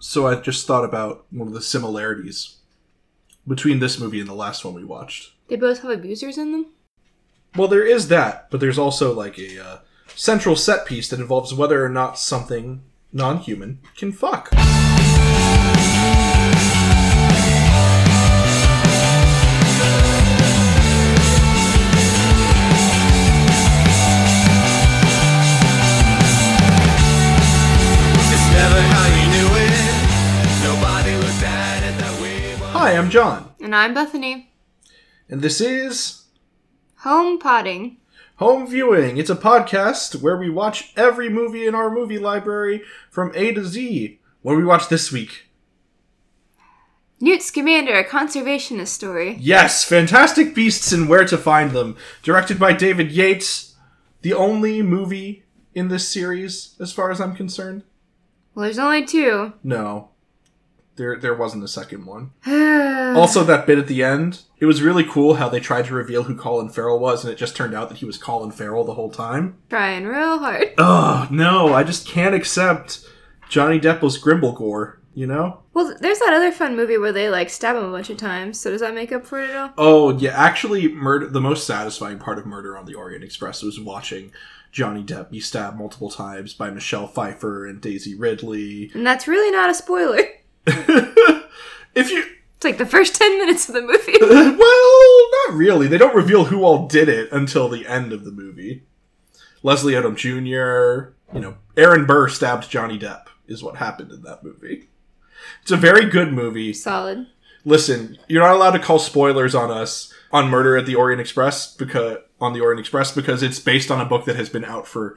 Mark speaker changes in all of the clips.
Speaker 1: So I just thought about one of the similarities between this movie and the last one we watched.
Speaker 2: They both have abusers in them?
Speaker 1: Well, there is that, but there's also like a uh, central set piece that involves whether or not something non-human can fuck.
Speaker 3: It's never how you knew it. Nobody looked at it that way. But
Speaker 1: Hi, I'm John,
Speaker 2: And I'm Bethany.
Speaker 1: and this is
Speaker 2: Home potting.
Speaker 1: Home Viewing. It's a podcast where we watch every movie in our movie library from A to Z. What do we watch this week?
Speaker 2: Newt Scamander, a conservationist story.
Speaker 1: Yes, Fantastic Beasts and Where to Find Them, directed by David Yates. The only movie in this series, as far as I'm concerned.
Speaker 2: Well, there's only two.
Speaker 1: No, there there wasn't a second one.
Speaker 2: oh,
Speaker 1: Also, that bit at the end, it was really cool how they tried to reveal who Colin Farrell was, and it just turned out that he was Colin Farrell the whole time.
Speaker 2: trying real hard.
Speaker 1: Ugh, no, I just can't accept Johnny Depp was Grimblegore. You know?
Speaker 2: Well, there's that other fun movie where they like stab him a bunch of times. So does that make up for it at all?
Speaker 1: Oh yeah, actually, murder. The most satisfying part of Murder on the Orient Express was watching Johnny Depp be stabbed multiple times by Michelle Pfeiffer and Daisy Ridley.
Speaker 2: And that's really not a spoiler. It's
Speaker 1: if you
Speaker 2: like the first 10 minutes of the movie.
Speaker 1: well, not really. They don't reveal who all did it until the end of the movie. Leslie Odom Jr., you know, Aaron Burr stabbed Johnny Depp is what happened in that movie. It's a very good movie.
Speaker 2: Solid.
Speaker 1: Listen, you're not allowed to call spoilers on us on Murder at the Orient Express because on the Orient Express because it's based on a book that has been out for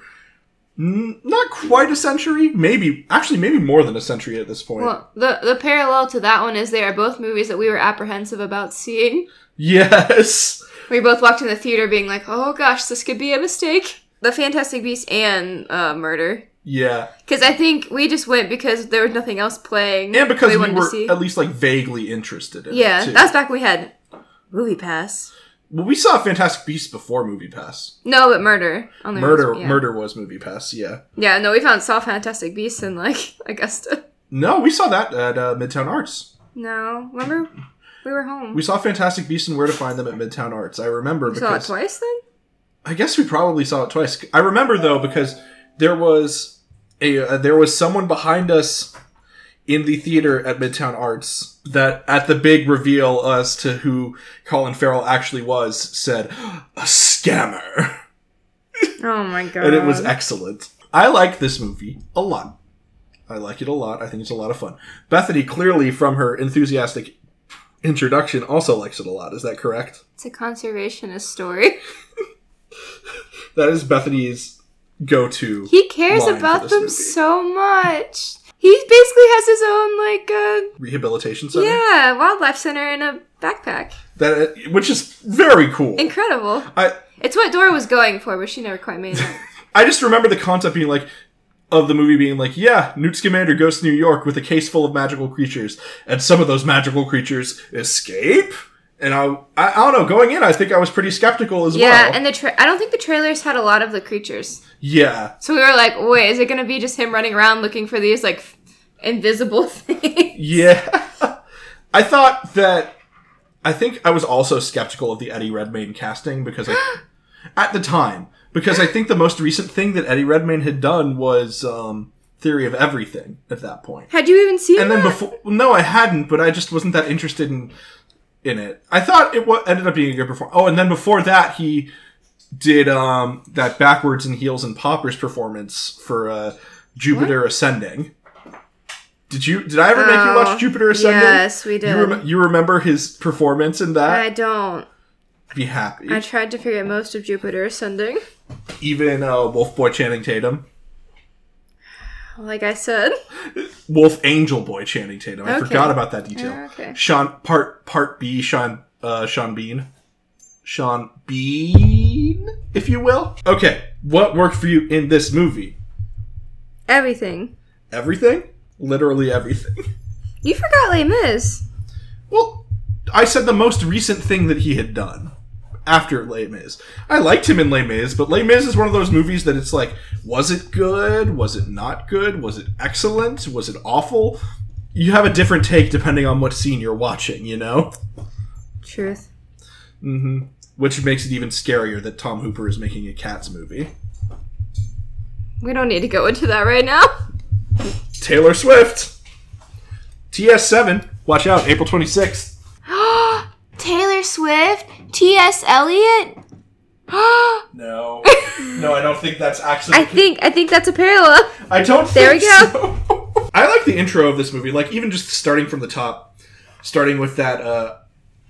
Speaker 1: n- not quite a century, maybe actually maybe more than a century at this point.
Speaker 2: Well, the, the parallel to that one is they are both movies that we were apprehensive about seeing.
Speaker 1: Yes.
Speaker 2: We both walked in the theater being like, oh gosh, this could be a mistake. The Fantastic Beast and uh, Murder.
Speaker 1: Yeah.
Speaker 2: Because I think we just went because there was nothing else playing.
Speaker 1: And because
Speaker 2: we
Speaker 1: we,
Speaker 2: wanted to
Speaker 1: were
Speaker 2: see.
Speaker 1: at least like vaguely interested in it.
Speaker 2: yeah,
Speaker 1: too.
Speaker 2: that's back when we had Movie Pass.
Speaker 1: well, we saw Fantastic Beasts before Movie Pass.
Speaker 2: No, but Murder. On their
Speaker 1: Murder
Speaker 2: yeah.
Speaker 1: Murder was Movie Pass, yeah.
Speaker 2: Yeah, no, we found Saw Fantastic Beasts in like Augusta.
Speaker 1: No, we saw that at uh, Midtown Arts.
Speaker 2: No, remember we were home.
Speaker 1: We saw Fantastic Beasts and Where to Find Them at Midtown Arts. I remember
Speaker 2: We
Speaker 1: because
Speaker 2: saw it twice then.
Speaker 1: I guess we probably saw it twice. I remember though because there was a uh, there was someone behind us in the theater at Midtown Arts that at the big reveal as to who Colin Farrell actually was said a scammer.
Speaker 2: Oh my god!
Speaker 1: and it was excellent. I like this movie a lot. I like it a lot. I think it's a lot of fun. Bethany, clearly from her enthusiastic introduction, also likes it a lot. Is that correct?
Speaker 2: it's a conservationist story.
Speaker 1: That is Bethany's go-to.
Speaker 2: He cares
Speaker 1: Line for
Speaker 2: about
Speaker 1: this
Speaker 2: them
Speaker 1: movie.
Speaker 2: so much. He basically has his own like uh,
Speaker 1: rehabilitation center.
Speaker 2: yeah wildlife center in a backpack.
Speaker 1: That which is very cool.
Speaker 2: Incredible.
Speaker 1: I
Speaker 2: It's what Dora was going for, but she never quite made it.
Speaker 1: I just remember the concept being like of the movie being like, yeah, Newt Scamander goes to New York with a case full of magical creatures, and some of those magical creatures escape. And I, I, I don't know. Going in, I think I was pretty skeptical as
Speaker 2: yeah,
Speaker 1: well.
Speaker 2: and the tra- I don't think the trailers had a lot of the creatures,
Speaker 1: yeah,
Speaker 2: so we were like, wait, is it gonna be just him running around looking for these like f- invisible things?
Speaker 1: yeah. I thought that. I think I was also skeptical of the Eddie Redmayne casting because I, at the time, because I think the most recent thing that Eddie Redmayne had done was um, Theory of Everything at that point.
Speaker 2: Had you even seen?
Speaker 1: and then
Speaker 2: that?
Speaker 1: before no i hadn't but i just wasn't that interested in in it i thought it wa ended up being a good performance oh and then before that he did um that backwards and heels and poppers performance for uh jupiter ascending did you did i ever make you
Speaker 2: Oh,
Speaker 1: watch jupiter ascending
Speaker 2: yes, we did.
Speaker 1: you, rem- you remember his performance in that
Speaker 2: I don't.
Speaker 1: be happy
Speaker 2: I tried to forget most of Jupiter Ascending.
Speaker 1: even uh wolf boy channing tatum
Speaker 2: Like I said,
Speaker 1: wolf angel boy channing tatum i
Speaker 2: Okay. Ah,
Speaker 1: forgot about that detail
Speaker 2: okay.
Speaker 1: Sean part part B Sean uh Sean Bean. Sean Bean, if you will. Okay, what worked for you in this movie?
Speaker 2: Everything.
Speaker 1: Everything? Literally everything.
Speaker 2: You forgot Les Mis.
Speaker 1: Well, I said the most recent thing that he had done after Les Mis. I liked him in Les Mis, but Les Mis is one of those movies that it's like, was it good? Was it not good? Was it excellent? Was it awful? you have a different take depending on what scene you're watching, you know?
Speaker 2: Truth.
Speaker 1: Mm-hmm. Which makes it even scarier that Tom Hooper is making a Cats movie.
Speaker 2: We don't need to go into that right now.
Speaker 1: Taylor Swift! TS7, watch out, April 26th.
Speaker 2: Taylor Swift, T.S. Eliot. I
Speaker 1: No. No, I don't think that's actually.
Speaker 2: think I think that's a parallel.
Speaker 1: I don't
Speaker 2: There
Speaker 1: think
Speaker 2: we go.
Speaker 1: so. I like the intro of this movie, like even just starting from the top, starting with that uh,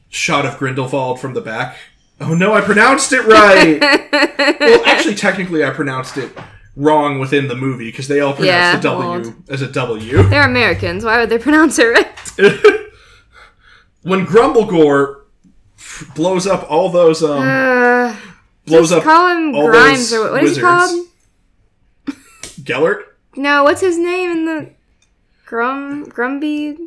Speaker 1: shot of Grindelwald from the back. Oh no, I pronounced it right. well, actually, technically, I pronounced it wrong within the movie because they all pronounce
Speaker 2: Yeah,
Speaker 1: the W
Speaker 2: old.
Speaker 1: as a W.
Speaker 2: They're Americans. Why would they pronounce it right?
Speaker 1: when Grumblegore f- blows up all those, um,
Speaker 2: Uh,
Speaker 1: blows up
Speaker 2: call him
Speaker 1: all
Speaker 2: Grimes
Speaker 1: those
Speaker 2: or what? What is he
Speaker 1: wizards.
Speaker 2: called?
Speaker 1: Gellert.
Speaker 2: No, what's his name in the Grum Grumby?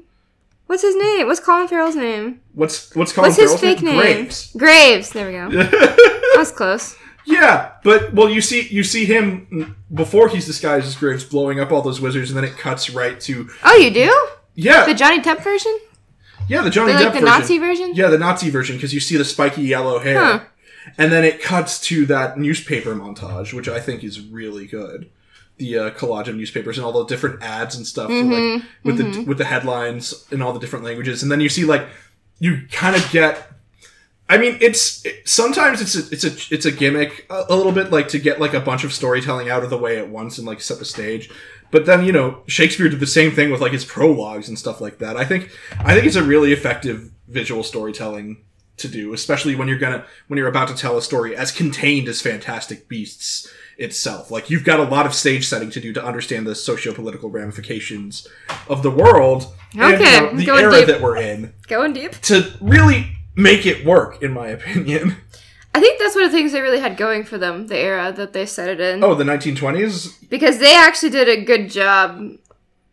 Speaker 2: What's his name? What's Colin Farrell's name?
Speaker 1: What's what's called?
Speaker 2: What's his fake name?
Speaker 1: Graves.
Speaker 2: Graves. There we go. that was close.
Speaker 1: Yeah, but well, you see, you see him mm, before he's disguised as Graves, blowing up all those wizards, and then it cuts right to
Speaker 2: Oh, you do?
Speaker 1: yeah,
Speaker 2: The Johnny Depp version?
Speaker 1: yeah, the Johnny
Speaker 2: Like
Speaker 1: Depp
Speaker 2: the
Speaker 1: version.
Speaker 2: Nazi version?
Speaker 1: Yeah, the Nazi version because you see the spiky yellow hair,
Speaker 2: Huh.
Speaker 1: and then it cuts to that newspaper montage, which I think is really good. The uh, collage of newspapers and all the different ads and stuff, like
Speaker 2: Mm-hmm,
Speaker 1: with the with the headlines in all the different languages, and then you see like you kind of get. I mean, it's it- sometimes it's a, it's a it's a gimmick a, a little bit like to get like a bunch of storytelling out of the way at once and like set the stage. But then you know Shakespeare did the same thing with like his prologues and stuff like that. I think I think it's a really effective visual storytelling to do, especially when you're gonna when you're about to tell a story as contained as Fantastic Beasts itself. Like you've got a lot of stage setting to do to understand the socio-political ramifications of the world and you
Speaker 2: Okay,
Speaker 1: know, the
Speaker 2: going
Speaker 1: era
Speaker 2: deep.
Speaker 1: that we're in
Speaker 2: Going deep.
Speaker 1: to really make it work, in my opinion.
Speaker 2: I think that's one of the things they really had going for them, the era that they set it in.
Speaker 1: Oh, the 1920s?
Speaker 2: Because they actually did a good job,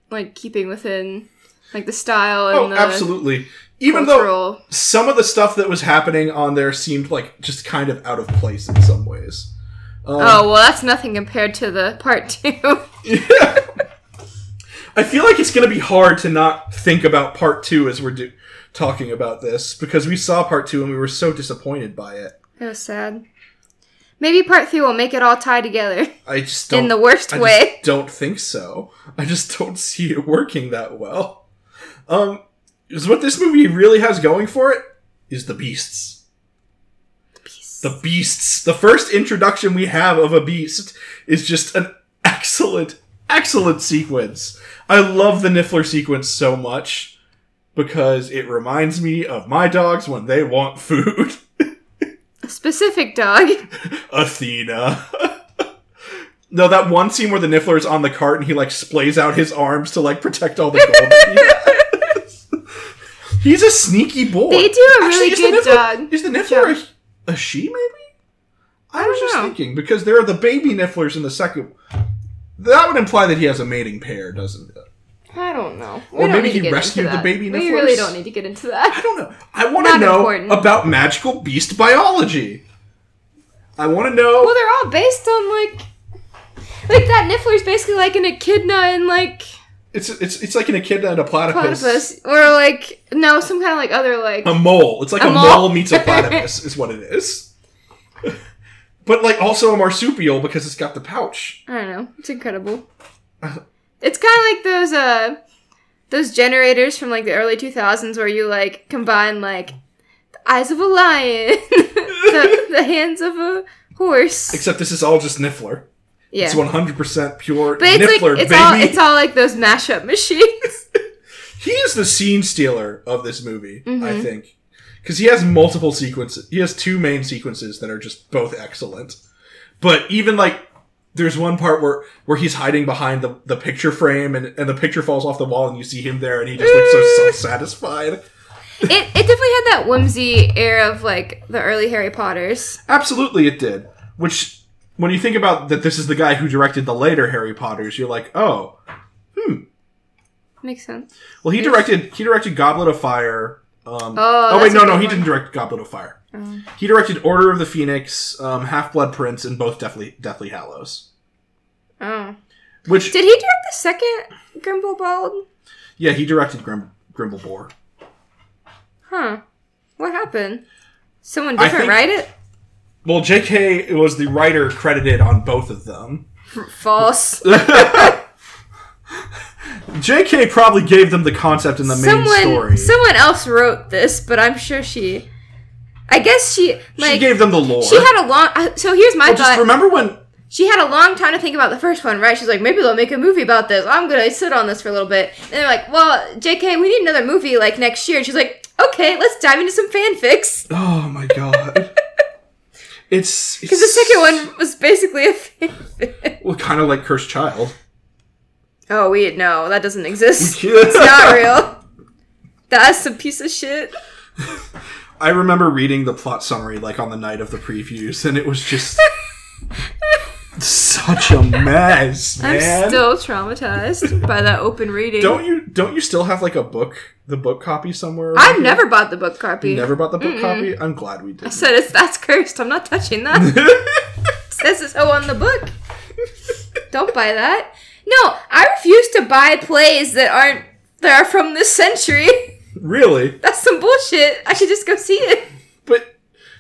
Speaker 2: like, keeping within, like, the style and
Speaker 1: Oh,
Speaker 2: the
Speaker 1: absolutely. Even though um,
Speaker 2: cultural.
Speaker 1: some of the stuff that was happening on there seemed like just kind of out of place in some ways.
Speaker 2: oh, well, that's nothing compared to the part two.
Speaker 1: I feel like it's going to be hard to not think about part two as we're do- talking about this because we saw part two and we were so disappointed by it.
Speaker 2: That was sad. Maybe part three will make it all tie together
Speaker 1: I just don't.
Speaker 2: in the worst
Speaker 1: I just
Speaker 2: way.
Speaker 1: don't think so. I just don't see it working that well. Um, is what this movie really has going for it is the beasts. The beasts. The first introduction we have of a beast is just an excellent, excellent sequence. I love the Niffler sequence so much because it reminds me of my dogs when they want food.
Speaker 2: A specific dog.
Speaker 1: Athena. no, that one scene where the Niffler's on the cart and he like splays out his arms to like protect all the gold. that he has. He's a sneaky boy.
Speaker 2: They do a
Speaker 1: Actually,
Speaker 2: really
Speaker 1: is
Speaker 2: good
Speaker 1: the Niffler,
Speaker 2: job.
Speaker 1: Is the Niffler a, a she? Maybe. I, was
Speaker 2: don't
Speaker 1: just
Speaker 2: know.
Speaker 1: thinking because there are the baby Nifflers in the second. That would imply that he has a mating pair, doesn't it?
Speaker 2: I don't know. We
Speaker 1: Or
Speaker 2: don't
Speaker 1: maybe
Speaker 2: need to
Speaker 1: he
Speaker 2: get into
Speaker 1: rescued the
Speaker 2: that.
Speaker 1: baby
Speaker 2: We
Speaker 1: Nifflers?
Speaker 2: really don't need to get into
Speaker 1: I
Speaker 2: that.
Speaker 1: don't know. I want to
Speaker 2: Not
Speaker 1: know
Speaker 2: important.
Speaker 1: about magical beast biology. I want to know.
Speaker 2: Well, they're all based on like, like that Niffler's basically like an echidna and like
Speaker 1: it's it's it's like an echidna and a
Speaker 2: platypus or like no, some kind of like other like.
Speaker 1: A mole. It's like a,
Speaker 2: A
Speaker 1: mole?
Speaker 2: mole?
Speaker 1: meets a platypus, is what it is. But like also a marsupial because it's got the pouch.
Speaker 2: I don't know. It's incredible. It's kind of like those uh those generators from like the early 2000s where you like combine like the eyes of a lion, the, the hands of a horse.
Speaker 1: Except this is all just Niffler.
Speaker 2: Yeah.
Speaker 1: It's one hundred percent pure
Speaker 2: but it's
Speaker 1: Niffler,
Speaker 2: like it's all
Speaker 1: baby.
Speaker 2: it's all like those mashup machines.
Speaker 1: he is the scene stealer of this movie, I
Speaker 2: Mm-hmm.
Speaker 1: think, because he has multiple sequences. He has two main sequences that are just both excellent. But even like, there's one part where where he's hiding behind the, the picture frame, and, and the picture falls off the wall, and you see him there, and he just looks so self satisfied.
Speaker 2: it it definitely had that whimsy air of like the early Harry Potters.
Speaker 1: Absolutely, it did. Which, when you think about that, this is the guy who directed the later Harry Potter's. You're like, oh,
Speaker 2: Makes sense.
Speaker 1: well, he directed he directed Goblet of Fire. Um,
Speaker 2: Oh,
Speaker 1: oh wait,
Speaker 2: that's a
Speaker 1: no, no,
Speaker 2: good
Speaker 1: he
Speaker 2: one. Oh.
Speaker 1: didn't direct Goblet of Fire. He directed Order of the Phoenix, um, Half Blood Prince, and both Deathly Deathly Hallows.
Speaker 2: Oh.
Speaker 1: Which
Speaker 2: Did he direct the second Grimble Bald?
Speaker 1: Yeah, he directed Grim- Grimble Boar.
Speaker 2: Huh. What happened? Someone
Speaker 1: I
Speaker 2: different
Speaker 1: think-
Speaker 2: write it?
Speaker 1: Well, J.K. was the writer credited on both of them.
Speaker 2: False.
Speaker 1: J.K. probably gave them the concept in the main
Speaker 2: someone
Speaker 1: story.
Speaker 2: someone else wrote this, but I'm sure she I guess she like
Speaker 1: she gave them the lore.
Speaker 2: she had a long uh, so here's my
Speaker 1: Well,
Speaker 2: thought.
Speaker 1: just remember when
Speaker 2: she had a long time to think about the first one, right? She's like, maybe they'll make a movie about this. I'm gonna sit on this for a little bit. And they're like, well, JK, we need another movie like next year. And she's like, okay, let's dive into some fanfics.
Speaker 1: Oh my god. it's
Speaker 2: Because the second one was basically a fanfic.
Speaker 1: Well, kind of like Cursed Child.
Speaker 2: Oh, wait, no, that doesn't exist.
Speaker 1: it's
Speaker 2: it's not real. That's some piece of shit.
Speaker 1: I remember reading the plot summary like on the night of the previews, and it was just such a mess,
Speaker 2: I'm
Speaker 1: man.
Speaker 2: still traumatized by that open reading.
Speaker 1: don't you don't you still have like a book, the book copy somewhere? around
Speaker 2: I've
Speaker 1: here?
Speaker 2: never bought the book copy.
Speaker 1: You never bought the book copy. I'm glad we did.
Speaker 2: I said it's that's cursed. I'm not touching that. says so on the book. Don't buy that. No, I refuse to buy plays that aren't that are from this century.
Speaker 1: really,
Speaker 2: That's some bullshit. I should just go see it.
Speaker 1: but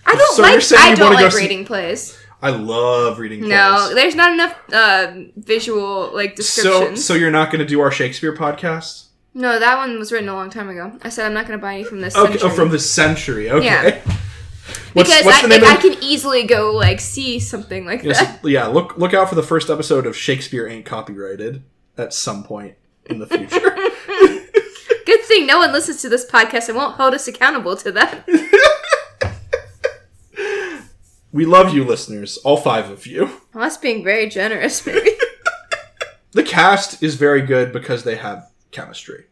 Speaker 2: I don't
Speaker 1: So you're
Speaker 2: like
Speaker 1: saying
Speaker 2: I
Speaker 1: you
Speaker 2: don't
Speaker 1: wanna go
Speaker 2: like
Speaker 1: see-
Speaker 2: reading plays.
Speaker 1: I love reading.
Speaker 2: No,
Speaker 1: plays.
Speaker 2: there's not enough uh, visual like
Speaker 1: so
Speaker 2: descriptions.
Speaker 1: so you're not going to do our Shakespeare podcast?
Speaker 2: no, that one was written a long time ago. I said I'm not going to buy any from this
Speaker 1: Okay,
Speaker 2: century.
Speaker 1: oh, from this century. Okay.
Speaker 2: Yeah.
Speaker 1: What's,
Speaker 2: because
Speaker 1: what's
Speaker 2: I,
Speaker 1: the name of
Speaker 2: like, I can easily go like see something like
Speaker 1: Yes,
Speaker 2: that.
Speaker 1: yeah, look look out for the first episode of Shakespeare Ain't Copyrighted at some point in the future.
Speaker 2: Good thing no one listens to this podcast and won't hold us accountable to that.
Speaker 1: we love you listeners, all five of you.
Speaker 2: Well, that's being very generous, maybe.
Speaker 1: The cast is very good because they have chemistry.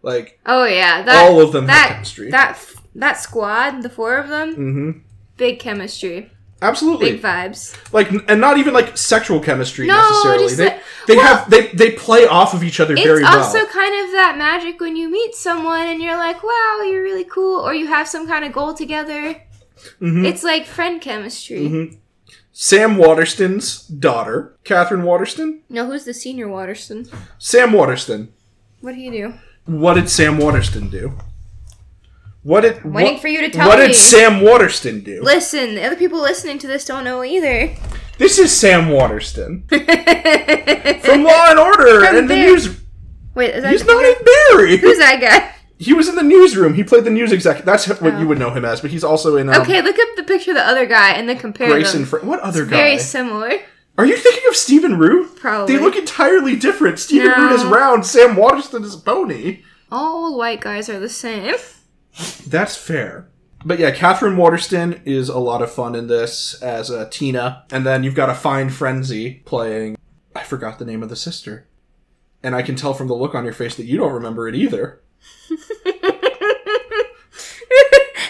Speaker 1: Like
Speaker 2: Oh yeah, that,
Speaker 1: all of them have
Speaker 2: that
Speaker 1: chemistry.
Speaker 2: that that squad, the four of them,
Speaker 1: Mhm.
Speaker 2: big chemistry,
Speaker 1: Absolutely.
Speaker 2: big vibes.
Speaker 1: Like and not even like sexual chemistry
Speaker 2: No,
Speaker 1: necessarily.
Speaker 2: just
Speaker 1: They,
Speaker 2: that-
Speaker 1: they
Speaker 2: well-
Speaker 1: have they they play off of each other very
Speaker 2: it's also
Speaker 1: well.
Speaker 2: kind of that magic when you meet someone and you're like, "Wow, you're really cool," or you have some kind of goal together.
Speaker 1: Mm-hmm.
Speaker 2: It's like friend chemistry.
Speaker 1: Sam Waterston's daughter, Catherine Waterston.
Speaker 2: No, who's the senior Waterston?
Speaker 1: Sam Waterston.
Speaker 2: What do you do?
Speaker 1: What did Sam Waterston do? What did
Speaker 2: Waiting
Speaker 1: what,
Speaker 2: for you to tell
Speaker 1: what
Speaker 2: me.
Speaker 1: did Sam Waterston do?
Speaker 2: Listen, the other people listening to this don't know either.
Speaker 1: this is Sam Waterston from Law and Order
Speaker 2: From
Speaker 1: and the
Speaker 2: Barry.
Speaker 1: news.
Speaker 2: Wait, is that
Speaker 1: He's not in Barry.
Speaker 2: who's that guy?
Speaker 1: He was in the newsroom. He played the news exec. That's what
Speaker 2: Oh.
Speaker 1: you would know him as. But he's also in um,
Speaker 2: Okay, look up the picture of the other guy and then compare
Speaker 1: Grace
Speaker 2: them.
Speaker 1: and Fra- what other guy?
Speaker 2: Very similar.
Speaker 1: Are you thinking of Stephen Root?
Speaker 2: Probably.
Speaker 1: They look entirely different. Stephen
Speaker 2: No.
Speaker 1: Root is round. Sam Waterston is bony.
Speaker 2: All white guys are the same.
Speaker 1: That's fair. But yeah, Catherine Waterston is a lot of fun in this as uh, Tina. And then you've got a fine frenzy playing. I forgot the name of the sister. And I can tell from the look on your face that you don't remember it either.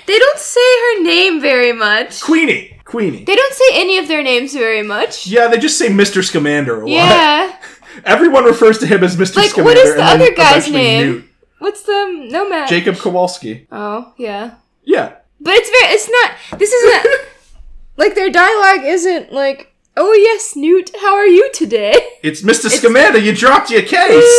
Speaker 2: they don't say her name very much.
Speaker 1: Queenie! Queenie.
Speaker 2: They don't say any of their names very much.
Speaker 1: Yeah, they just say Mr. Scamander a lot.
Speaker 2: Yeah.
Speaker 1: Everyone refers to him as Mr.
Speaker 2: Like,
Speaker 1: Scamander.
Speaker 2: what is
Speaker 1: and
Speaker 2: the
Speaker 1: then
Speaker 2: other guy's
Speaker 1: eventually
Speaker 2: name?
Speaker 1: Newt.
Speaker 2: What's the nomad?
Speaker 1: Jacob Kowalski.
Speaker 2: Oh, yeah.
Speaker 1: Yeah.
Speaker 2: But it's very. It's not. This isn't. like their dialogue isn't like. Oh yes, Newt. How are you today?
Speaker 1: It's Mr. Scamander, you dropped your case!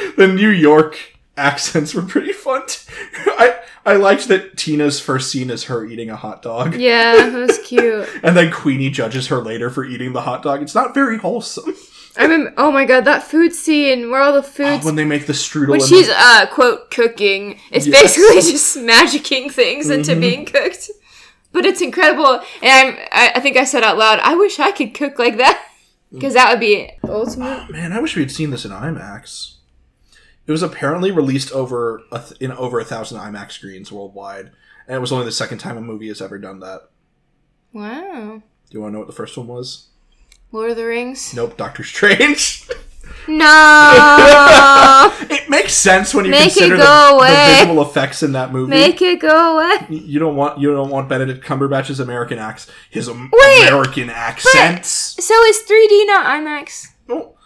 Speaker 1: the New York accents were pretty fun. t- I I liked that Tina's first scene is her eating a hot dog,
Speaker 2: yeah, that was cute.
Speaker 1: and then Queenie judges her later for eating the hot dog. It's not very wholesome
Speaker 2: I remember. Oh my god, that food scene where all the
Speaker 1: Oh,
Speaker 2: food's
Speaker 1: when they make the strudel.
Speaker 2: When
Speaker 1: and
Speaker 2: she's uh quote cooking, it's
Speaker 1: Yes. Mm-hmm.
Speaker 2: basically just magicking things into being cooked. But it's incredible, and I'm, I, I think I said out loud, "I wish I could cook like that,"
Speaker 1: Mm.
Speaker 2: because that would be ultimate.
Speaker 1: the- man, I wish we had seen this in IMAX. It was apparently released over a th- in over a thousand IMAX screens worldwide, and it was only the second time a movie has ever done that.
Speaker 2: Wow,
Speaker 1: Do you want to know what the first one was?
Speaker 2: Lord of the Rings.
Speaker 1: Nope, Doctor Strange.
Speaker 2: No,
Speaker 1: it makes sense when you
Speaker 2: Make it
Speaker 1: consider the,
Speaker 2: go
Speaker 1: the
Speaker 2: away.
Speaker 1: visual effects in that movie.
Speaker 2: make it go away.
Speaker 1: You don't want you don't want Benedict Cumberbatch's American acts his Am-
Speaker 2: Wait,
Speaker 1: American accents.
Speaker 2: So is 3D not IMAX?
Speaker 1: Well, Oh,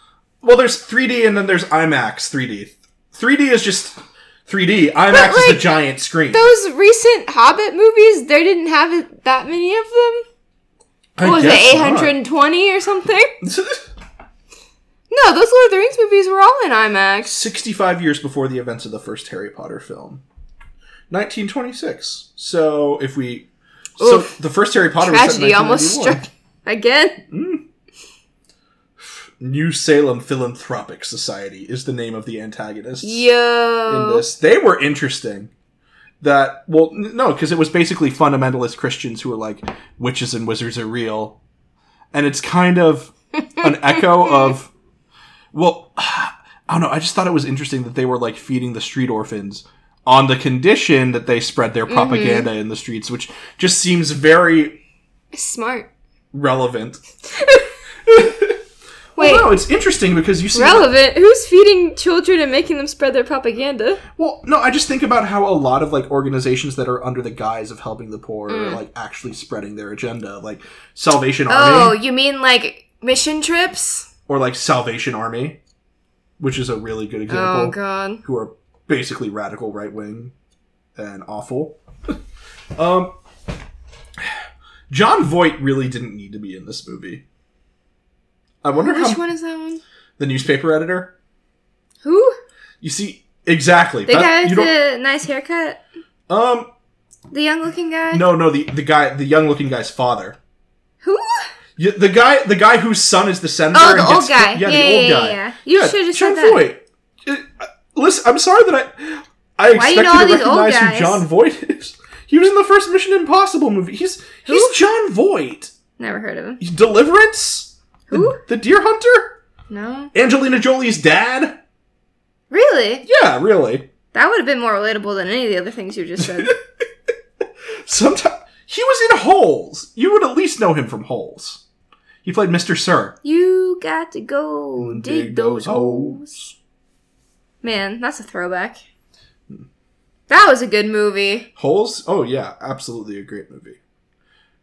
Speaker 1: well, there's 3D and then there's IMAX 3D. 3D is just 3D. IMAX is
Speaker 2: like,
Speaker 1: the giant screen.
Speaker 2: Those recent Hobbit movies, they didn't have it, that many of them.
Speaker 1: I
Speaker 2: What was it
Speaker 1: guess
Speaker 2: 820 or something?
Speaker 1: not.
Speaker 2: No, those Lord of the Rings movies were all in IMAX.
Speaker 1: 65 years before the events of the first Harry Potter film. 1926. So if we.
Speaker 2: Oof.
Speaker 1: So the first Harry Potter was set in
Speaker 2: Tragedy almost
Speaker 1: 1991.
Speaker 2: struck again.
Speaker 1: New Salem Philanthropic Society is the name of the antagonists in
Speaker 2: Yo.
Speaker 1: this. They were interesting. That well, n- no, because it was basically fundamentalist Christians who were like witches and wizards are real, and it's kind of an echo of well, I don't know. I just thought it was interesting that they were like feeding the street orphans on the condition that they spread their propaganda in the streets, which just seems very
Speaker 2: Smart.
Speaker 1: relevant.
Speaker 2: Wait.
Speaker 1: well, no, it's interesting because you see
Speaker 2: Relevant. Who's feeding children and making them spread their propaganda?
Speaker 1: Well, no, I just think about how a lot of like organizations that are under the guise of helping the poor
Speaker 2: Mm.
Speaker 1: are like actually spreading their agenda, like Salvation
Speaker 2: Oh,
Speaker 1: Army
Speaker 2: you mean like mission trips?
Speaker 1: or like Salvation Army, which is a really good example,
Speaker 2: Oh god.
Speaker 1: who are basically radical right wing and awful. um, John Voight really didn't need to be in this movie. I wonder how
Speaker 2: Which one is that one?
Speaker 1: the newspaper editor.
Speaker 2: Who?
Speaker 1: You see exactly
Speaker 2: The guy
Speaker 1: you
Speaker 2: with
Speaker 1: don't-
Speaker 2: the nice haircut?
Speaker 1: um
Speaker 2: The young looking guy?
Speaker 1: no no the the guy the young looking guy's father.
Speaker 2: Who?
Speaker 1: Yeah, the guy, the guy whose son is the senator.
Speaker 2: Oh, the
Speaker 1: and
Speaker 2: old
Speaker 1: gets-
Speaker 2: guy.
Speaker 1: Yeah,
Speaker 2: Yeah,
Speaker 1: the old
Speaker 2: yeah,
Speaker 1: guy.
Speaker 2: yeah, yeah. You should've just
Speaker 1: John
Speaker 2: said that.
Speaker 1: Voight. It- uh, listen, I'm sorry that I. I
Speaker 2: Why
Speaker 1: expect
Speaker 2: you
Speaker 1: you,
Speaker 2: know all
Speaker 1: to
Speaker 2: these old
Speaker 1: recognize who
Speaker 2: guys?
Speaker 1: John Voight is. He was in the first Mission Impossible movie. He's he's John Voight.
Speaker 2: Never heard of him.
Speaker 1: Deliverance.
Speaker 2: Who?
Speaker 1: The Deer Hunter.
Speaker 2: No.
Speaker 1: Angelina Jolie's dad.
Speaker 2: Really?
Speaker 1: Yeah, really.
Speaker 2: That would have been more relatable than any of the other things you just said.
Speaker 1: Sometimes he was in Holes. You would at least know him from Holes. He played Mr. Sir.
Speaker 2: you got to go dig, those holes. Man, that's a throwback. That was a good movie.
Speaker 1: Holes? Oh yeah, absolutely a great movie.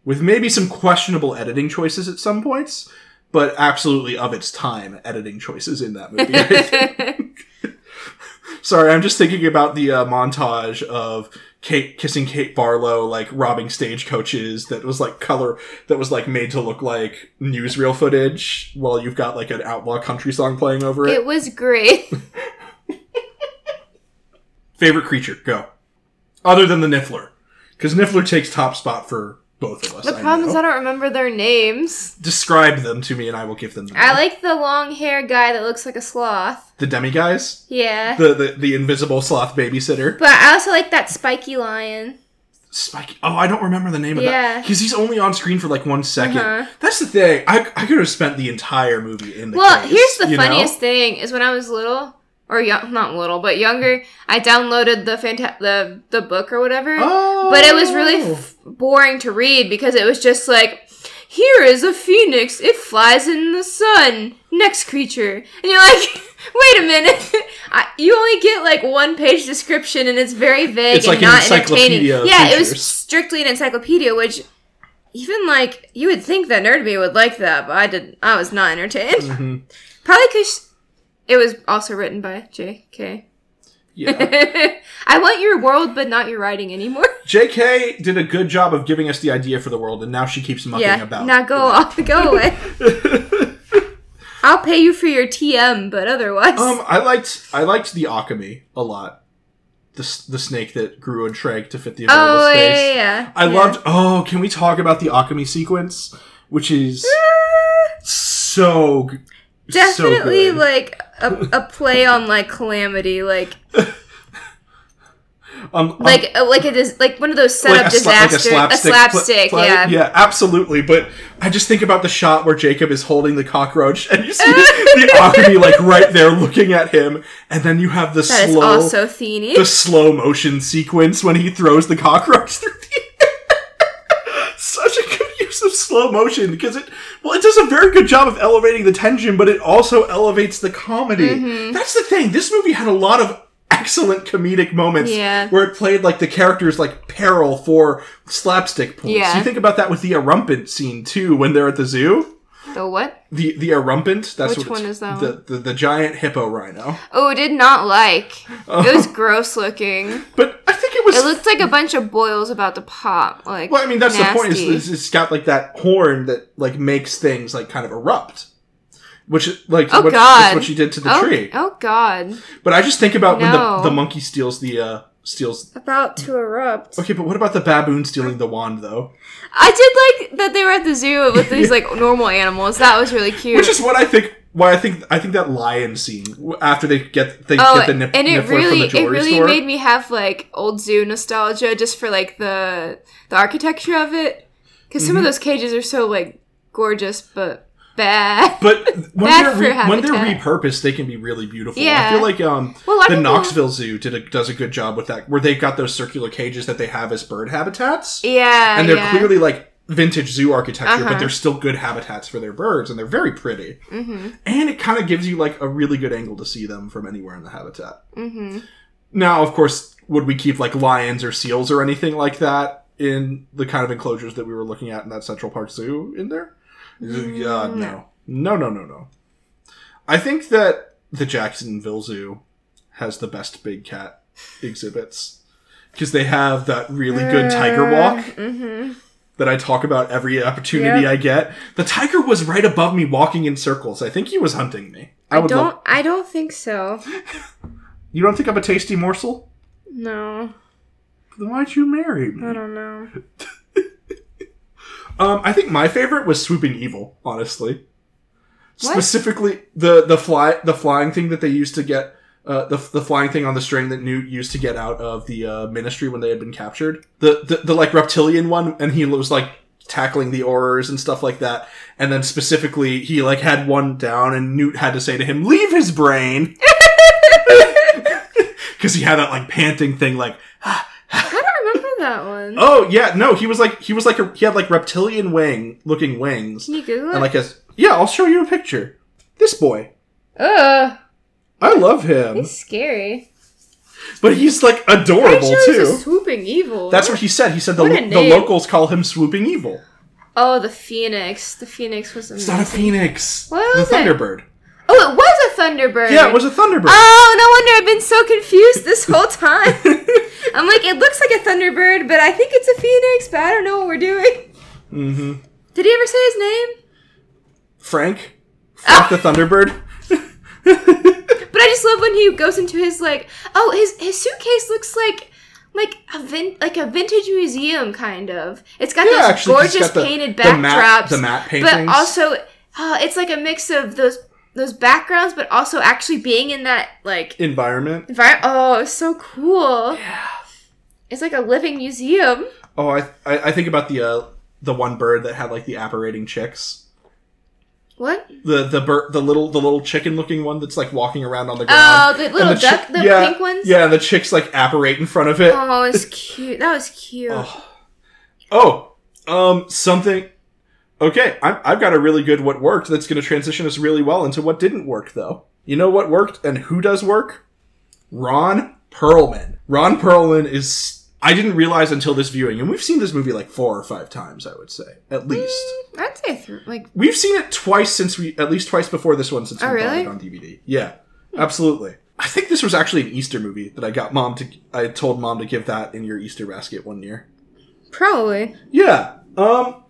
Speaker 1: With maybe some questionable editing choices at some points, but absolutely of its time editing choices in that movie. I think. Sorry, I'm just thinking about the uh, montage of Kate kissing Kate Barlow, like robbing stagecoaches. That was like color that was like made to look like newsreel footage, while you've got like an outlaw country song playing over it.
Speaker 2: it was great.
Speaker 1: Favorite creature? Go. Other than the Niffler, because Niffler takes top spot for both of us.
Speaker 2: The
Speaker 1: I
Speaker 2: problem
Speaker 1: know.
Speaker 2: is I don't remember their names.
Speaker 1: describe them to me and I will give them the,
Speaker 2: I like the long hair guy that looks like a sloth.
Speaker 1: the demi guys,
Speaker 2: Yeah.
Speaker 1: the, the the invisible sloth babysitter.
Speaker 2: But I also like that spiky lion.
Speaker 1: Spike. Oh, I don't remember the name of that
Speaker 2: Yeah.
Speaker 1: because he's only on screen for like one second.
Speaker 2: Uh-huh.
Speaker 1: That's the thing. I, I could have spent the entire movie in the.
Speaker 2: Well,
Speaker 1: case,
Speaker 2: here's the
Speaker 1: you know?
Speaker 2: funniest thing is when I was little or young, not little, but younger, I downloaded the fanta- the the book or whatever.
Speaker 1: Oh.
Speaker 2: But it was really f- boring to read because it was just like, here is a phoenix. It flies in the sun. Next creature. And you're like, wait a minute. I, you only get like one page description and it's very vague
Speaker 1: It's
Speaker 2: and
Speaker 1: like an
Speaker 2: not entertaining.
Speaker 1: encyclopedia of
Speaker 2: Yeah, it was
Speaker 1: creatures.
Speaker 2: strictly an encyclopedia, which even like, you would think that Nerd Me would like that, but I didn't. I was not entertained.
Speaker 1: Mhm.
Speaker 2: Probably because it was also written by J.K.
Speaker 1: Yeah.
Speaker 2: I want your world, but not your writing anymore.
Speaker 1: J.K. did a good job of giving us the idea for the world, and now she keeps mucking
Speaker 2: Yeah,
Speaker 1: about.
Speaker 2: now go off, go away. I'll pay you for your TM, but otherwise,
Speaker 1: Um, I liked I liked the Akami a lot. The s- the snake that grew and shrank to fit the available
Speaker 2: oh yeah,
Speaker 1: space.
Speaker 2: yeah, yeah.
Speaker 1: I
Speaker 2: Yeah.
Speaker 1: loved. Oh, can we talk about the Akami sequence, which is so g-
Speaker 2: Eh. definitely
Speaker 1: so good.
Speaker 2: like a, a play on like calamity, like
Speaker 1: Um, um,
Speaker 2: like uh, like it is like one of those setup
Speaker 1: sla-
Speaker 2: disasters, a slapstick,
Speaker 1: pla- play.
Speaker 2: yeah.
Speaker 1: yeah, absolutely. But I just think about the shot where Jacob is holding the cockroach, and you see the Akami like right there looking at him, and then you have the
Speaker 2: That is
Speaker 1: slow
Speaker 2: also Theny.
Speaker 1: the slow motion sequence when he throws the cockroach through the air. Such a good use of slow motion because it well, it does a very good job of elevating the tension, but it also elevates the comedy.
Speaker 2: Mm-hmm.
Speaker 1: That's the thing. This movie had a lot of excellent comedic moments
Speaker 2: Yeah.
Speaker 1: where it played like the characters like peril for slapstick points.
Speaker 2: Yeah.
Speaker 1: You think about that with the Arumpent scene too when they're at the zoo.
Speaker 2: The what?
Speaker 1: The the Arumpent, that's
Speaker 2: Which
Speaker 1: what it's-
Speaker 2: one is that
Speaker 1: The, the the giant hippo rhino.
Speaker 2: Oh, did not like. It
Speaker 1: Oh.
Speaker 2: was gross looking.
Speaker 1: But I think it was
Speaker 2: It looked like a bunch of boils about to pop. Like,
Speaker 1: Well, I mean, that's the point.
Speaker 2: nasty.
Speaker 1: Is, is it's got like that horn that like makes things like kind of erupt, which like
Speaker 2: Oh,
Speaker 1: what,
Speaker 2: God.
Speaker 1: that's what she did to the
Speaker 2: oh,
Speaker 1: tree.
Speaker 2: oh God!
Speaker 1: But I just think about when
Speaker 2: No.
Speaker 1: the, the monkey steals the uh steals.
Speaker 2: About to erupt.
Speaker 1: Okay, but what about the baboon stealing the wand though?
Speaker 2: I did like that they were at the zoo with these like normal animals. That was really cute.
Speaker 1: Which is what I think. Why I think I think that lion scene w- after they get they
Speaker 2: oh,
Speaker 1: get the nip,
Speaker 2: and it
Speaker 1: niffler
Speaker 2: really,
Speaker 1: from the jewelry
Speaker 2: it really
Speaker 1: store.
Speaker 2: made me have like old zoo nostalgia just for like the the architecture of it, because some of those cages are so like gorgeous but bad.
Speaker 1: but when
Speaker 2: Bad
Speaker 1: they're, re-
Speaker 2: for
Speaker 1: when they're
Speaker 2: habitat.
Speaker 1: repurposed, they can be really beautiful.
Speaker 2: Yeah.
Speaker 1: I feel like um
Speaker 2: Well, I
Speaker 1: the
Speaker 2: think-
Speaker 1: Knoxville Zoo did a, does a good job with that, where they've got those circular cages that they have as bird habitats,
Speaker 2: yeah,
Speaker 1: and they're
Speaker 2: yeah.
Speaker 1: clearly like vintage zoo architecture,
Speaker 2: Uh-huh.
Speaker 1: but they're still good habitats for their birds, and they're very pretty. Mm-hmm. And it kind of gives you like a really good angle to see them from anywhere in the habitat.
Speaker 2: hmm
Speaker 1: Now, of course, would we keep like lions or seals or anything like that in the kind of enclosures that we were looking at in that Central Park Zoo in there? Uh,
Speaker 2: Mm,
Speaker 1: no. No, no, no, no. I think that the Jacksonville Zoo has the best big cat exhibits because they have that really
Speaker 2: Mm,
Speaker 1: good tiger walk
Speaker 2: hmm
Speaker 1: that I talk about every opportunity
Speaker 2: Yep.
Speaker 1: I get. The tiger was right above me walking in circles. I think he was hunting me. I,
Speaker 2: I,
Speaker 1: would
Speaker 2: don't.
Speaker 1: love-
Speaker 2: I don't think so.
Speaker 1: You don't think I'm a tasty morsel?
Speaker 2: No,
Speaker 1: Then why'd you marry me?
Speaker 2: I don't know.
Speaker 1: Um, I think my favorite was Swooping Evil, honestly.
Speaker 2: What?
Speaker 1: Specifically, the the fly the flying thing that they used to get uh, the the flying thing on the string that Newt used to get out of the uh, Ministry when they had been captured. The, the the like reptilian one, and he was like tackling the aurors and stuff like that. And then specifically, he like had one down, and Newt had to say to him, "Leave his brain," because he had that like panting thing, like
Speaker 2: I don't remember that one.
Speaker 1: "Oh yeah, no." He was like he was like a, he had like reptilian wing looking wings.
Speaker 2: Can you Google it?
Speaker 1: And like as yeah, I'll show you a picture. This boy.
Speaker 2: Ugh,
Speaker 1: I love him.
Speaker 2: he's scary.
Speaker 1: But he's like
Speaker 2: Pretty
Speaker 1: adorable
Speaker 2: sure he's a
Speaker 1: too.
Speaker 2: swooping evil.
Speaker 1: That's what he said. He said the,
Speaker 2: What a
Speaker 1: the
Speaker 2: name.
Speaker 1: locals call him swooping evil.
Speaker 2: Oh, the phoenix. The phoenix was
Speaker 1: It's
Speaker 2: amazing.
Speaker 1: not a phoenix.
Speaker 2: What was it?
Speaker 1: the Thunderbird.
Speaker 2: oh, it was a thunderbird.
Speaker 1: Yeah, it was a Thunderbird.
Speaker 2: Oh, no wonder I've been so confused this whole time. I'm like, it looks like a thunderbird, but I think it's a phoenix, but I don't know what we're doing.
Speaker 1: hmm
Speaker 2: Did he ever say his name?
Speaker 1: Frank.
Speaker 2: Ah.
Speaker 1: Frank the Thunderbird.
Speaker 2: But I just love when he goes into his like, oh, his his suitcase looks like like a vin- like a vintage museum kind of. It's got
Speaker 1: Yeah,
Speaker 2: those
Speaker 1: actually, he's
Speaker 2: gorgeous
Speaker 1: got the-
Speaker 2: painted
Speaker 1: the
Speaker 2: backdrops,
Speaker 1: matte- the matte
Speaker 2: but
Speaker 1: paintings.
Speaker 2: also uh, it's like a mix of those those backgrounds, but also actually being in that like
Speaker 1: Environment.
Speaker 2: environment. Oh, it's so cool. Yeah. It's like a living museum.
Speaker 1: Oh, I, I I think about the uh the one bird that had like the apparating chicks.
Speaker 2: What?
Speaker 1: The the bird the little the little chicken looking one that's like walking around on the
Speaker 2: Oh,
Speaker 1: ground.
Speaker 2: the little
Speaker 1: And
Speaker 2: duck,
Speaker 1: chick-
Speaker 2: the
Speaker 1: yeah,
Speaker 2: pink ones.
Speaker 1: Yeah, and the chicks like apparate in front of it.
Speaker 2: Oh, it's cute. That was cute.
Speaker 1: Oh. Oh, um, something. Okay, I'm, I've got a really good what worked that's going to transition us really well into what didn't work, though. You know what worked and who does work? Ron Perlman. Ron Perlman is. I didn't realize until this viewing, and we've seen this movie like four or five times, I would say, at least.
Speaker 2: I'd say th- like
Speaker 1: We've seen it twice since we, at least twice before this one since
Speaker 2: Oh,
Speaker 1: we
Speaker 2: really?
Speaker 1: bought it on DVD. Yeah, absolutely. I think this was actually an Easter movie that I got mom to. I told mom to give that in your Easter basket one year.
Speaker 2: probably.
Speaker 1: Yeah. Um,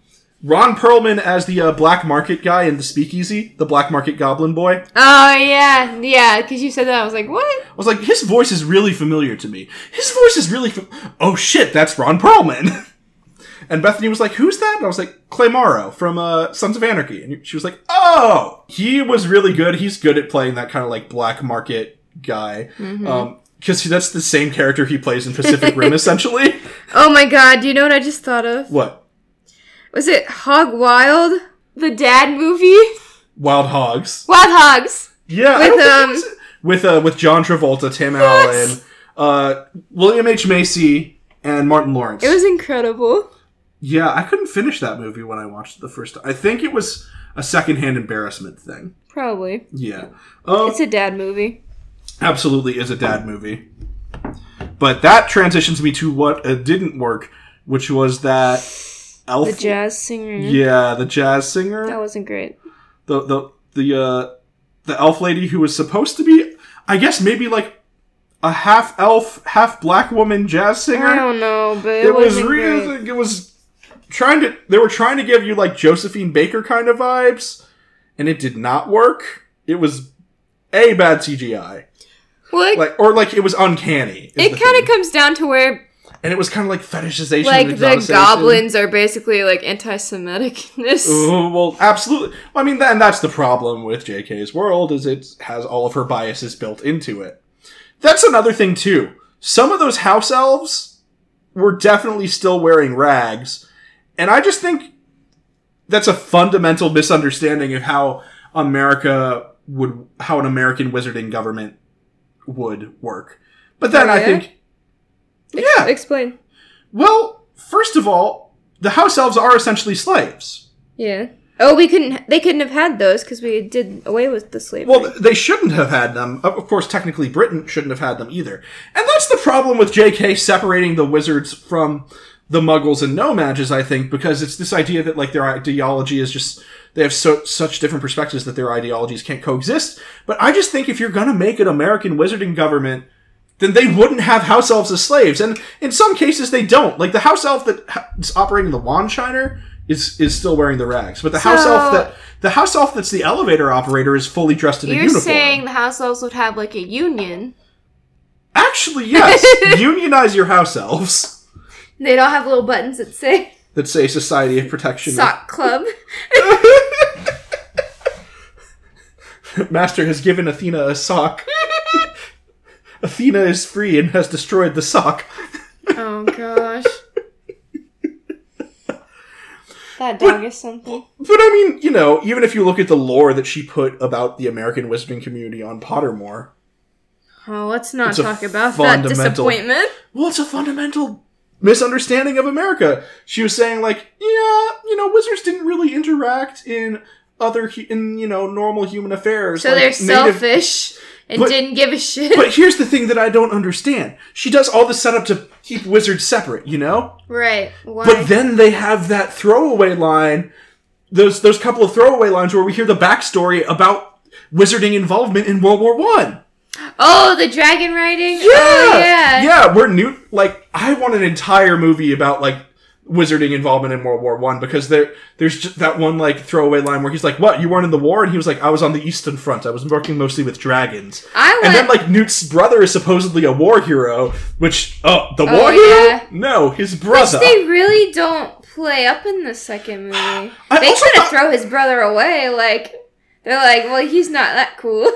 Speaker 1: Ron Perlman as the uh, black market guy in the Speakeasy, the black market goblin boy.
Speaker 2: Oh yeah, yeah. Because you said that, I was like, what?
Speaker 1: I was like, his voice is really familiar to me. His voice is really. Fa- oh shit, that's Ron Perlman. and Bethany was like, "Who's that?" And I was like, "Clay Morrow from uh, Sons of Anarchy." And she was like, "Oh, he was really good. He's good at playing that kind of like black market guy."
Speaker 2: Mm-hmm.
Speaker 1: Um, because that's the same character he plays in Pacific Rim, essentially.
Speaker 2: Oh my god! Do you know what I just thought of?
Speaker 1: What?
Speaker 2: Was it Hog Wild, the dad movie?
Speaker 1: Wild Hogs.
Speaker 2: Wild Hogs.
Speaker 1: Yeah, I
Speaker 2: With,
Speaker 1: don't
Speaker 2: um,
Speaker 1: think it's- with uh, with John Travolta, Tim Allen, uh, William H Macy, and Martin Lawrence.
Speaker 2: It was incredible.
Speaker 1: yeah, I couldn't finish that movie when I watched it the first time. I think it was a secondhand embarrassment thing.
Speaker 2: Probably.
Speaker 1: Yeah, um,
Speaker 2: It's a dad movie.
Speaker 1: absolutely is a dad movie. But that transitions me to what uh, didn't work, which was that elf.
Speaker 2: The jazz singer.
Speaker 1: yeah, the jazz singer.
Speaker 2: That wasn't great.
Speaker 1: the the the uh, the elf lady who was supposed to be, I guess maybe like a half elf, half black woman jazz singer.
Speaker 2: I don't know, but it,
Speaker 1: it was
Speaker 2: wasn't
Speaker 1: really
Speaker 2: great.
Speaker 1: it was trying to they were trying to give you like Josephine Baker kind of vibes, and it did not work, it was a bad CGI,
Speaker 2: Well, it,
Speaker 1: like or like it was uncanny. is
Speaker 2: it
Speaker 1: the
Speaker 2: kind
Speaker 1: thing.
Speaker 2: of comes down to where
Speaker 1: and it was kind of like fetishization,
Speaker 2: like
Speaker 1: and
Speaker 2: the
Speaker 1: exoticization.
Speaker 2: goblins are basically like anti-Semitic in this.
Speaker 1: Ooh, well, absolutely. I mean, tha- and that's the problem with JK's world is it has all of her biases built into it. That's another thing too. Some of those house elves were definitely still wearing rags, and I just think that's a fundamental misunderstanding of how America would, how an American wizarding government would work. But then
Speaker 2: Oh,
Speaker 1: I
Speaker 2: yeah?
Speaker 1: think, yeah,
Speaker 2: Explain.
Speaker 1: well, first of all, the house elves are essentially slaves.
Speaker 2: Yeah. Oh, we couldn't. They couldn't have had those because we did away with the slavery.
Speaker 1: Well, th- they shouldn't have had them. Of of course, technically, Britain shouldn't have had them either. And that's the problem with J.K. separating the wizards from the muggles and nomads, is I think, because it's this idea that like their ideology is just they have so such different perspectives that their ideologies can't coexist. But I just think if you're gonna make an American wizarding government, then they wouldn't have house elves as slaves, and in some cases they don't. Like the house elf that ha- is operating the wand shiner is is still wearing the rags, but the house
Speaker 2: So-
Speaker 1: elf that the house elf that's the elevator operator is fully dressed in a
Speaker 2: You're
Speaker 1: uniform.
Speaker 2: saying the house elves would have like a union.
Speaker 1: Actually, yes, unionize your house elves
Speaker 2: They'd all have little buttons that say
Speaker 1: that say Society of Protection
Speaker 2: "sock club."
Speaker 1: Master has given Athena a sock. Athena is free and has destroyed the sock.
Speaker 2: oh gosh. That dog is something.
Speaker 1: But I mean, you know, even if you look at the lore that she put about the American wizarding community on Pottermore,
Speaker 2: Oh, let's not
Speaker 1: It's a
Speaker 2: talk about that
Speaker 1: fundamental-
Speaker 2: disappointment.
Speaker 1: well, it's a fundamental misunderstanding of America. She was saying like, yeah, you know, wizards didn't really interact in other hu- in you know normal human affairs.
Speaker 2: So
Speaker 1: like
Speaker 2: they're
Speaker 1: native-
Speaker 2: selfish and
Speaker 1: But-
Speaker 2: didn't give a shit.
Speaker 1: But here's the thing that I don't understand. She does all this setup to keep wizards separate, you know?
Speaker 2: right. Why?
Speaker 1: But then they have that throwaway line, those those couple of throwaway lines where we hear the backstory about wizarding involvement in World War One.
Speaker 2: oh, the dragon riding?
Speaker 1: Yeah,
Speaker 2: Oh, yeah.
Speaker 1: yeah. We're new. Like, I want an entire movie about like wizarding involvement in World War One because there, there's just that one like throwaway line where he's like, "What? You weren't in the war?" And he was like, "I was on the Eastern Front. I was working mostly with dragons."
Speaker 2: I
Speaker 1: And
Speaker 2: went.
Speaker 1: then like Newt's brother is supposedly a war hero, which oh, the
Speaker 2: Oh,
Speaker 1: war hero?
Speaker 2: yeah.
Speaker 1: No, his
Speaker 2: which
Speaker 1: brother.
Speaker 2: they really don't play up in the second movie. they
Speaker 1: also
Speaker 2: try to
Speaker 1: thought-
Speaker 2: throw his brother away. Like, they're like, well, he's not that cool.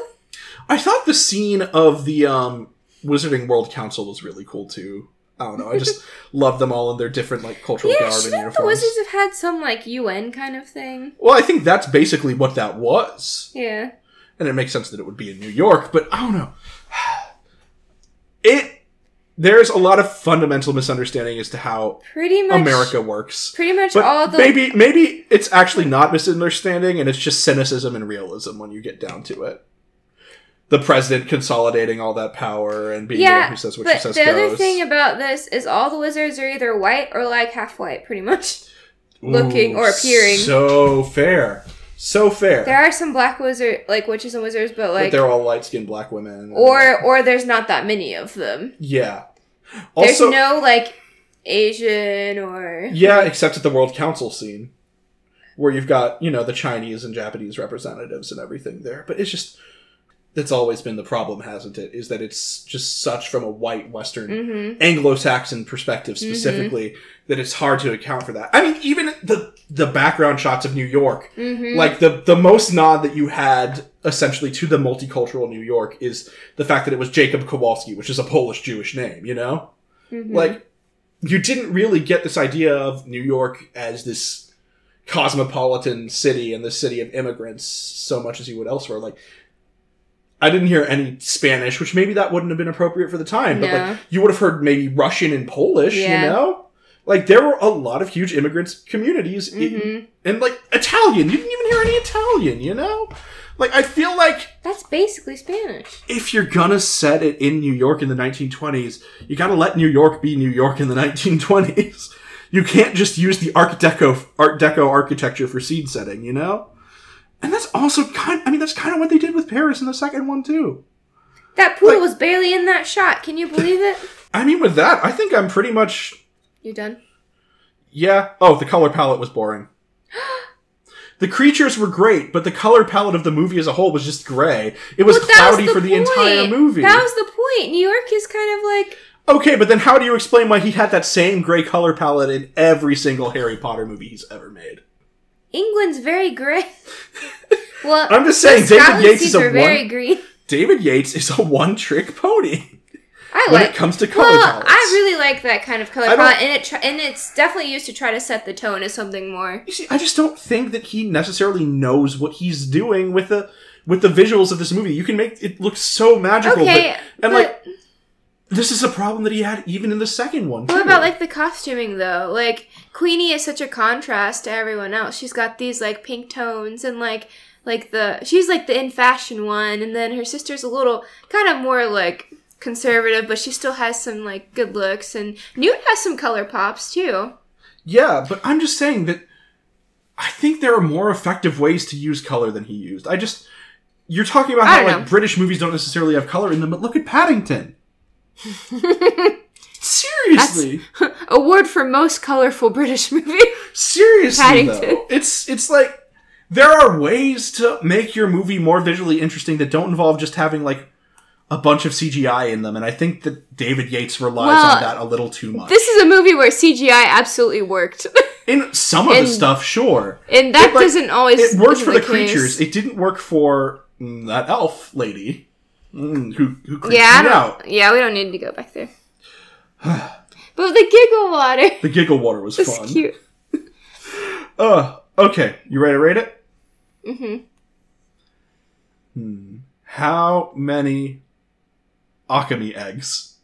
Speaker 1: I thought the scene of the um Wizarding World Council was really cool too. I don't know. I just love them all in their different like cultural
Speaker 2: yeah,
Speaker 1: guard and
Speaker 2: shouldn't
Speaker 1: uniforms.
Speaker 2: the wizards have had some, like, UN kind of thing?
Speaker 1: Well, I think that's basically what that was.
Speaker 2: Yeah.
Speaker 1: And it makes sense that it would be in New York, but I don't know. It there's a lot of fundamental misunderstanding as to how
Speaker 2: Pretty much.
Speaker 1: America works.
Speaker 2: Pretty much
Speaker 1: But
Speaker 2: all the.
Speaker 1: maybe maybe it's actually not misunderstanding and it's just cynicism and realism when you get down to it. The president consolidating all that power and being the one
Speaker 2: yeah,
Speaker 1: who says what
Speaker 2: but
Speaker 1: she says
Speaker 2: the
Speaker 1: goes.
Speaker 2: other thing about this is all the wizards are either white or like half white, pretty much. looking or appearing.
Speaker 1: So fair. So fair.
Speaker 2: There are some black wizard, like witches and wizards, but
Speaker 1: but
Speaker 2: like,
Speaker 1: they're all light skinned black women.
Speaker 2: or or there's not that many of them.
Speaker 1: Yeah. Also
Speaker 2: there's no like Asian or
Speaker 1: Yeah, except at the World Council scene. Where you've got, you know, the Chinese and Japanese representatives and everything there. But it's just that's always been the problem, hasn't it? Is that it's just such from a white Western
Speaker 2: hmm
Speaker 1: Anglo-Saxon perspective
Speaker 2: Mm-hmm.
Speaker 1: specifically that it's hard to account for that. I mean, even the the background shots of New York,
Speaker 2: hmm
Speaker 1: like the the most nod that you had essentially to the multicultural New York is the fact that it was Jacob Kowalski, which is a Polish Jewish name, you know?
Speaker 2: mm-hmm.
Speaker 1: Like you didn't really get this idea of New York as this cosmopolitan city and the city of immigrants so much as you would elsewhere. Like I didn't hear any Spanish, which maybe that wouldn't have been appropriate for the time, but
Speaker 2: No.
Speaker 1: like you would have heard maybe Russian and Polish,
Speaker 2: Yeah.
Speaker 1: you know? Like there were a lot of huge immigrant communities in-
Speaker 2: hmm
Speaker 1: and like Italian. You didn't even hear any Italian, you know? Like I feel like
Speaker 2: that's basically Spanish.
Speaker 1: if you're gonna set it in New York in the 1920s, you gotta let New York be New York in the 1920s. You can't just use the Art Deco Art Deco architecture for seed setting, you know? And that's also kind. I mean, that's kind of what they did with Paris in the second one too.
Speaker 2: That pool
Speaker 1: Like-
Speaker 2: was barely in that shot. Can you believe it?
Speaker 1: I mean, with that, I think I'm pretty much
Speaker 2: you done?
Speaker 1: yeah. Oh, the color palette was boring. The creatures were great, but the color palette of the movie as a whole was just gray. It was
Speaker 2: But that
Speaker 1: cloudy for the entire
Speaker 2: point.
Speaker 1: movie.
Speaker 2: That was the point. New York is kind of like
Speaker 1: okay, but then how do you explain why he had that same gray color palette in every single Harry Potter movie he's ever made?
Speaker 2: England's very gray. well,
Speaker 1: I'm just saying, David
Speaker 2: Scotland
Speaker 1: Yates is
Speaker 2: seats
Speaker 1: a
Speaker 2: were
Speaker 1: one-
Speaker 2: very green.
Speaker 1: David Yates is a one-trick pony
Speaker 2: I
Speaker 1: when
Speaker 2: like.
Speaker 1: it comes to color
Speaker 2: well,
Speaker 1: palettes.
Speaker 2: I really like that kind of color
Speaker 1: I don't-
Speaker 2: palette, and it tr- and it's definitely used to try to set the tone as something more.
Speaker 1: You see, I just don't think that he necessarily knows what he's doing with the with the visuals of this movie. You can make it look so magical,
Speaker 2: Okay,
Speaker 1: but, and
Speaker 2: but
Speaker 1: like this is a problem that he had even in the second one.
Speaker 2: what
Speaker 1: too.
Speaker 2: about like the costuming though? Like Queenie is such a contrast to everyone else. She's got these like pink tones and like like the she's like the in fashion one, and then her sister's a little kind of more like conservative, but she still has some like good looks. And Newt has some color pops too.
Speaker 1: yeah? But I'm just saying that I think there are more effective ways to use color than he used. I just you're talking about
Speaker 2: I
Speaker 1: how
Speaker 2: don't
Speaker 1: like
Speaker 2: know.
Speaker 1: British movies don't necessarily have color in them, but look at Paddington. Seriously.
Speaker 2: Award for most colorful British movie.
Speaker 1: Seriously,
Speaker 2: Paddington.
Speaker 1: though, it's it's like there are ways to make your movie more visually interesting that don't involve just having like a bunch of CGI in them, and I think that David Yates relies
Speaker 2: Well,
Speaker 1: on that a little too much.
Speaker 2: this is a movie where CGI absolutely worked,
Speaker 1: in some of the
Speaker 2: and-
Speaker 1: stuff, sure,
Speaker 2: and that
Speaker 1: It, like,
Speaker 2: doesn't always.
Speaker 1: it worked
Speaker 2: isn't
Speaker 1: for the,
Speaker 2: case.
Speaker 1: creatures. It didn't work for mm, that elf lady mm, who who creeps
Speaker 2: Yeah, I
Speaker 1: me
Speaker 2: don't-
Speaker 1: out.
Speaker 2: yeah, we don't need to go back there. but the giggle water
Speaker 1: The giggle water was
Speaker 2: was
Speaker 1: fun.
Speaker 2: cute.
Speaker 1: Uh, okay, you ready to rate it?
Speaker 2: Mhm.
Speaker 1: Hmm. How many Akami eggs?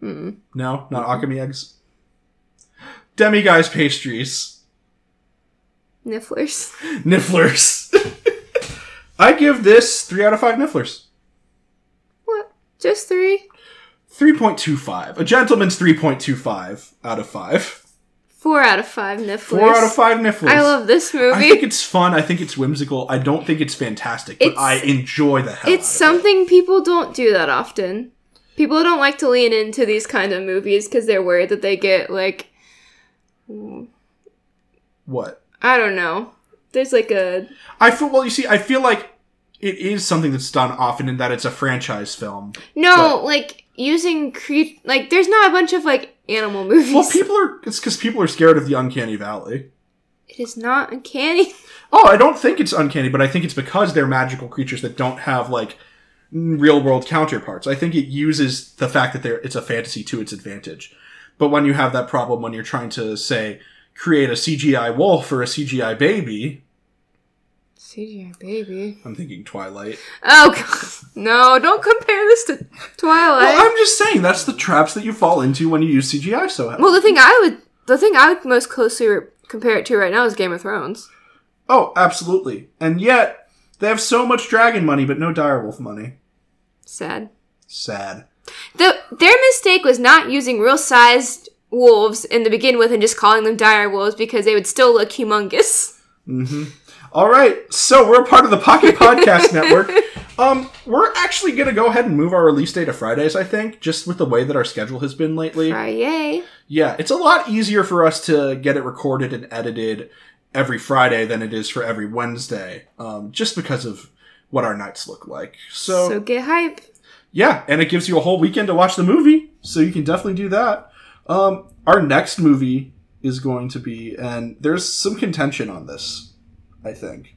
Speaker 2: Hmm.
Speaker 1: No, not Akami eggs. Demi guys pastries,
Speaker 2: Nifflers.
Speaker 1: nifflers. I give this three out of five nifflers.
Speaker 2: What? Just three?
Speaker 1: 3.25. A gentleman's 3.25 out of 5.
Speaker 2: Four out of five nifflers.
Speaker 1: 4 out of 5 nifflers.
Speaker 2: I love this
Speaker 1: I
Speaker 2: movie.
Speaker 1: think it's fun. I think it's whimsical. I don't think it's fantastic, but
Speaker 2: It's-
Speaker 1: I enjoy the hell
Speaker 2: it's
Speaker 1: out of it.
Speaker 2: something people don't do that often. People don't like to lean into these kind of movies because they're worried that they get like
Speaker 1: What?
Speaker 2: I don't know. There's like a
Speaker 1: I feel well. You see, I feel like it is something that's done often in that it's a franchise film.
Speaker 2: no like using cre like there's not a bunch of like animal movies.
Speaker 1: Well, people are. It's because people are scared of the uncanny valley.
Speaker 2: it is not uncanny.
Speaker 1: Oh, I don't think it's uncanny, but I think it's because they're magical creatures that don't have like real world counterparts. I think it uses the fact that they're it's a fantasy to its advantage. But when you have that problem when you're trying to say create a CGI wolf or a CGI baby,
Speaker 2: CGI baby.
Speaker 1: I'm thinking Twilight.
Speaker 2: Oh god. no! Don't compare this to Twilight.
Speaker 1: Well, I'm just saying that's the traps that you fall into when you use CGI so heavily.
Speaker 2: Well, the thing I would, the thing I would most closely re- compare it to right now is Game of Thrones.
Speaker 1: Oh, absolutely. And yet, they have so much dragon money, but no direwolf money.
Speaker 2: Sad.
Speaker 1: Sad.
Speaker 2: The their mistake was not using real sized wolves in the begin with and just calling them dire wolves because they would still look humongous.
Speaker 1: hmm All right, so we're a part of the Pocket Podcast Network. Um, we're actually going to go ahead and move our release day to Fridays, I think, just with the way that our schedule has been lately.
Speaker 2: Right, yay.
Speaker 1: Yeah, it's a lot easier for us to get it recorded and edited every Friday than it is for every Wednesday, um, just because of what our nights look like.
Speaker 2: So, get hype.
Speaker 1: Yeah, and it gives you a whole weekend to watch the movie, so you can definitely do that. Um, our next movie is going to be, and there's some contention on this, I think.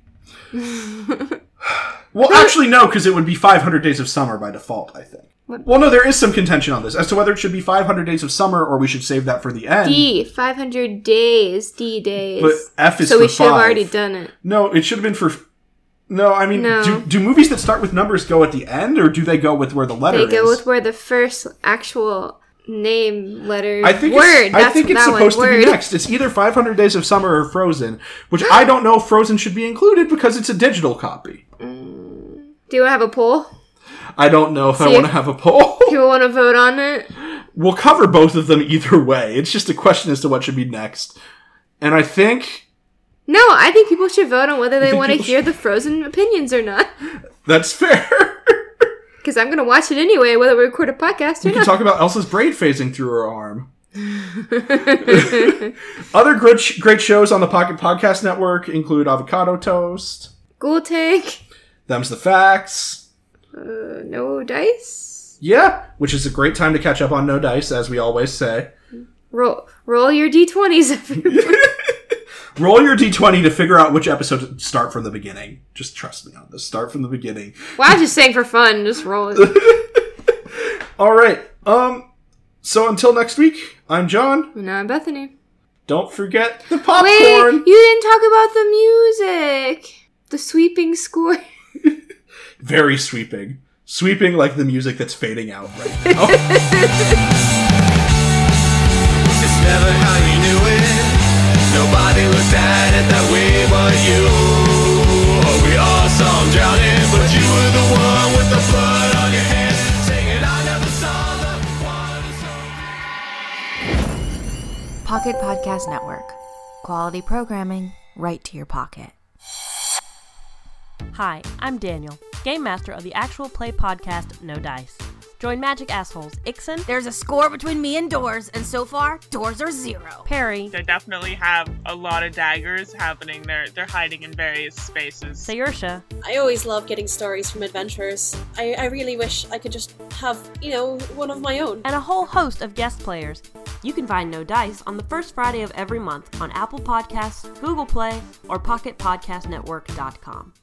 Speaker 1: well, actually, no, because it would be 500 Days of Summer by default, I think.
Speaker 2: What?
Speaker 1: Well, no, there is some contention on this as to whether it should be 500 Days of Summer or we should save that for the end.
Speaker 2: D five hundred days. D days.
Speaker 1: But F is
Speaker 2: so
Speaker 1: for
Speaker 2: we should have
Speaker 1: five.
Speaker 2: already done it.
Speaker 1: No, it should have been for. No, I mean,
Speaker 2: No.
Speaker 1: do, do movies that start with numbers go at the end, or do they go with where the letter
Speaker 2: They
Speaker 1: is?
Speaker 2: go with where the first actual name letter
Speaker 1: I think
Speaker 2: word.
Speaker 1: it's, I think it's
Speaker 2: that one,
Speaker 1: supposed to
Speaker 2: word.
Speaker 1: be next. It's either 500 Days of Summer or Frozen, which I don't know if Frozen should be included because it's a digital copy.
Speaker 2: Do you want to have a poll?
Speaker 1: I don't know if I
Speaker 2: See
Speaker 1: want to
Speaker 2: if-
Speaker 1: have a poll.
Speaker 2: Do you want to vote on it?
Speaker 1: we'll cover both of them either way. It's just a question as to what should be next. And I think
Speaker 2: No, I think people should vote on whether they
Speaker 1: think
Speaker 2: want to
Speaker 1: people
Speaker 2: hear the Frozen opinions or not.
Speaker 1: that's fair.
Speaker 2: Because I'm going to watch it anyway, whether we record a podcast
Speaker 1: we can
Speaker 2: or not.
Speaker 1: talk about Elsa's braid phasing through her arm. Other great, sh- great shows on the Pocket Podcast Network include Avocado Toast,
Speaker 2: Ghoul Tank.
Speaker 1: Them's the Facts.
Speaker 2: Uh, no dice.
Speaker 1: Yeah, which is a great time to catch up on No Dice, as we always say.
Speaker 2: Roll roll your d20s, everyone.
Speaker 1: Roll your d20 to figure out which episode to start from the beginning. Just trust me on this. Start from the beginning.
Speaker 2: well, I just sang for fun. Just roll it.
Speaker 1: All right. Um. So until next week, I'm John.
Speaker 2: And now I'm Bethany.
Speaker 1: Don't forget the
Speaker 2: Wait,
Speaker 1: popcorn.
Speaker 2: you didn't talk about the music. The sweeping score.
Speaker 1: Very sweeping. Sweeping like the music that's fading out right now.
Speaker 3: It's never how you knew it. Nobody looked at it that way but you. Oh, we all saw him drowning, but you were the one with the blood on your hands, singing, I never saw the one.
Speaker 4: Pocket Podcast Network. Quality programming right to your pocket.
Speaker 5: Hi, I'm Daniel, game master of the actual play podcast No Dice. Join Magic Assholes Ixen,
Speaker 4: There's a score between me and doors, and so far, doors are zero.
Speaker 5: Perry,
Speaker 6: They definitely have a lot of daggers happening. They're they're hiding in various spaces.
Speaker 5: Sayersha,
Speaker 7: I always love getting stories from adventurers. I, I really wish I could just have, you know, one of my own.
Speaker 5: and a whole host of guest players. You can find No Dice on the first Friday of every month on Apple Podcasts, Google Play, or PocketPodcastNetwork.com.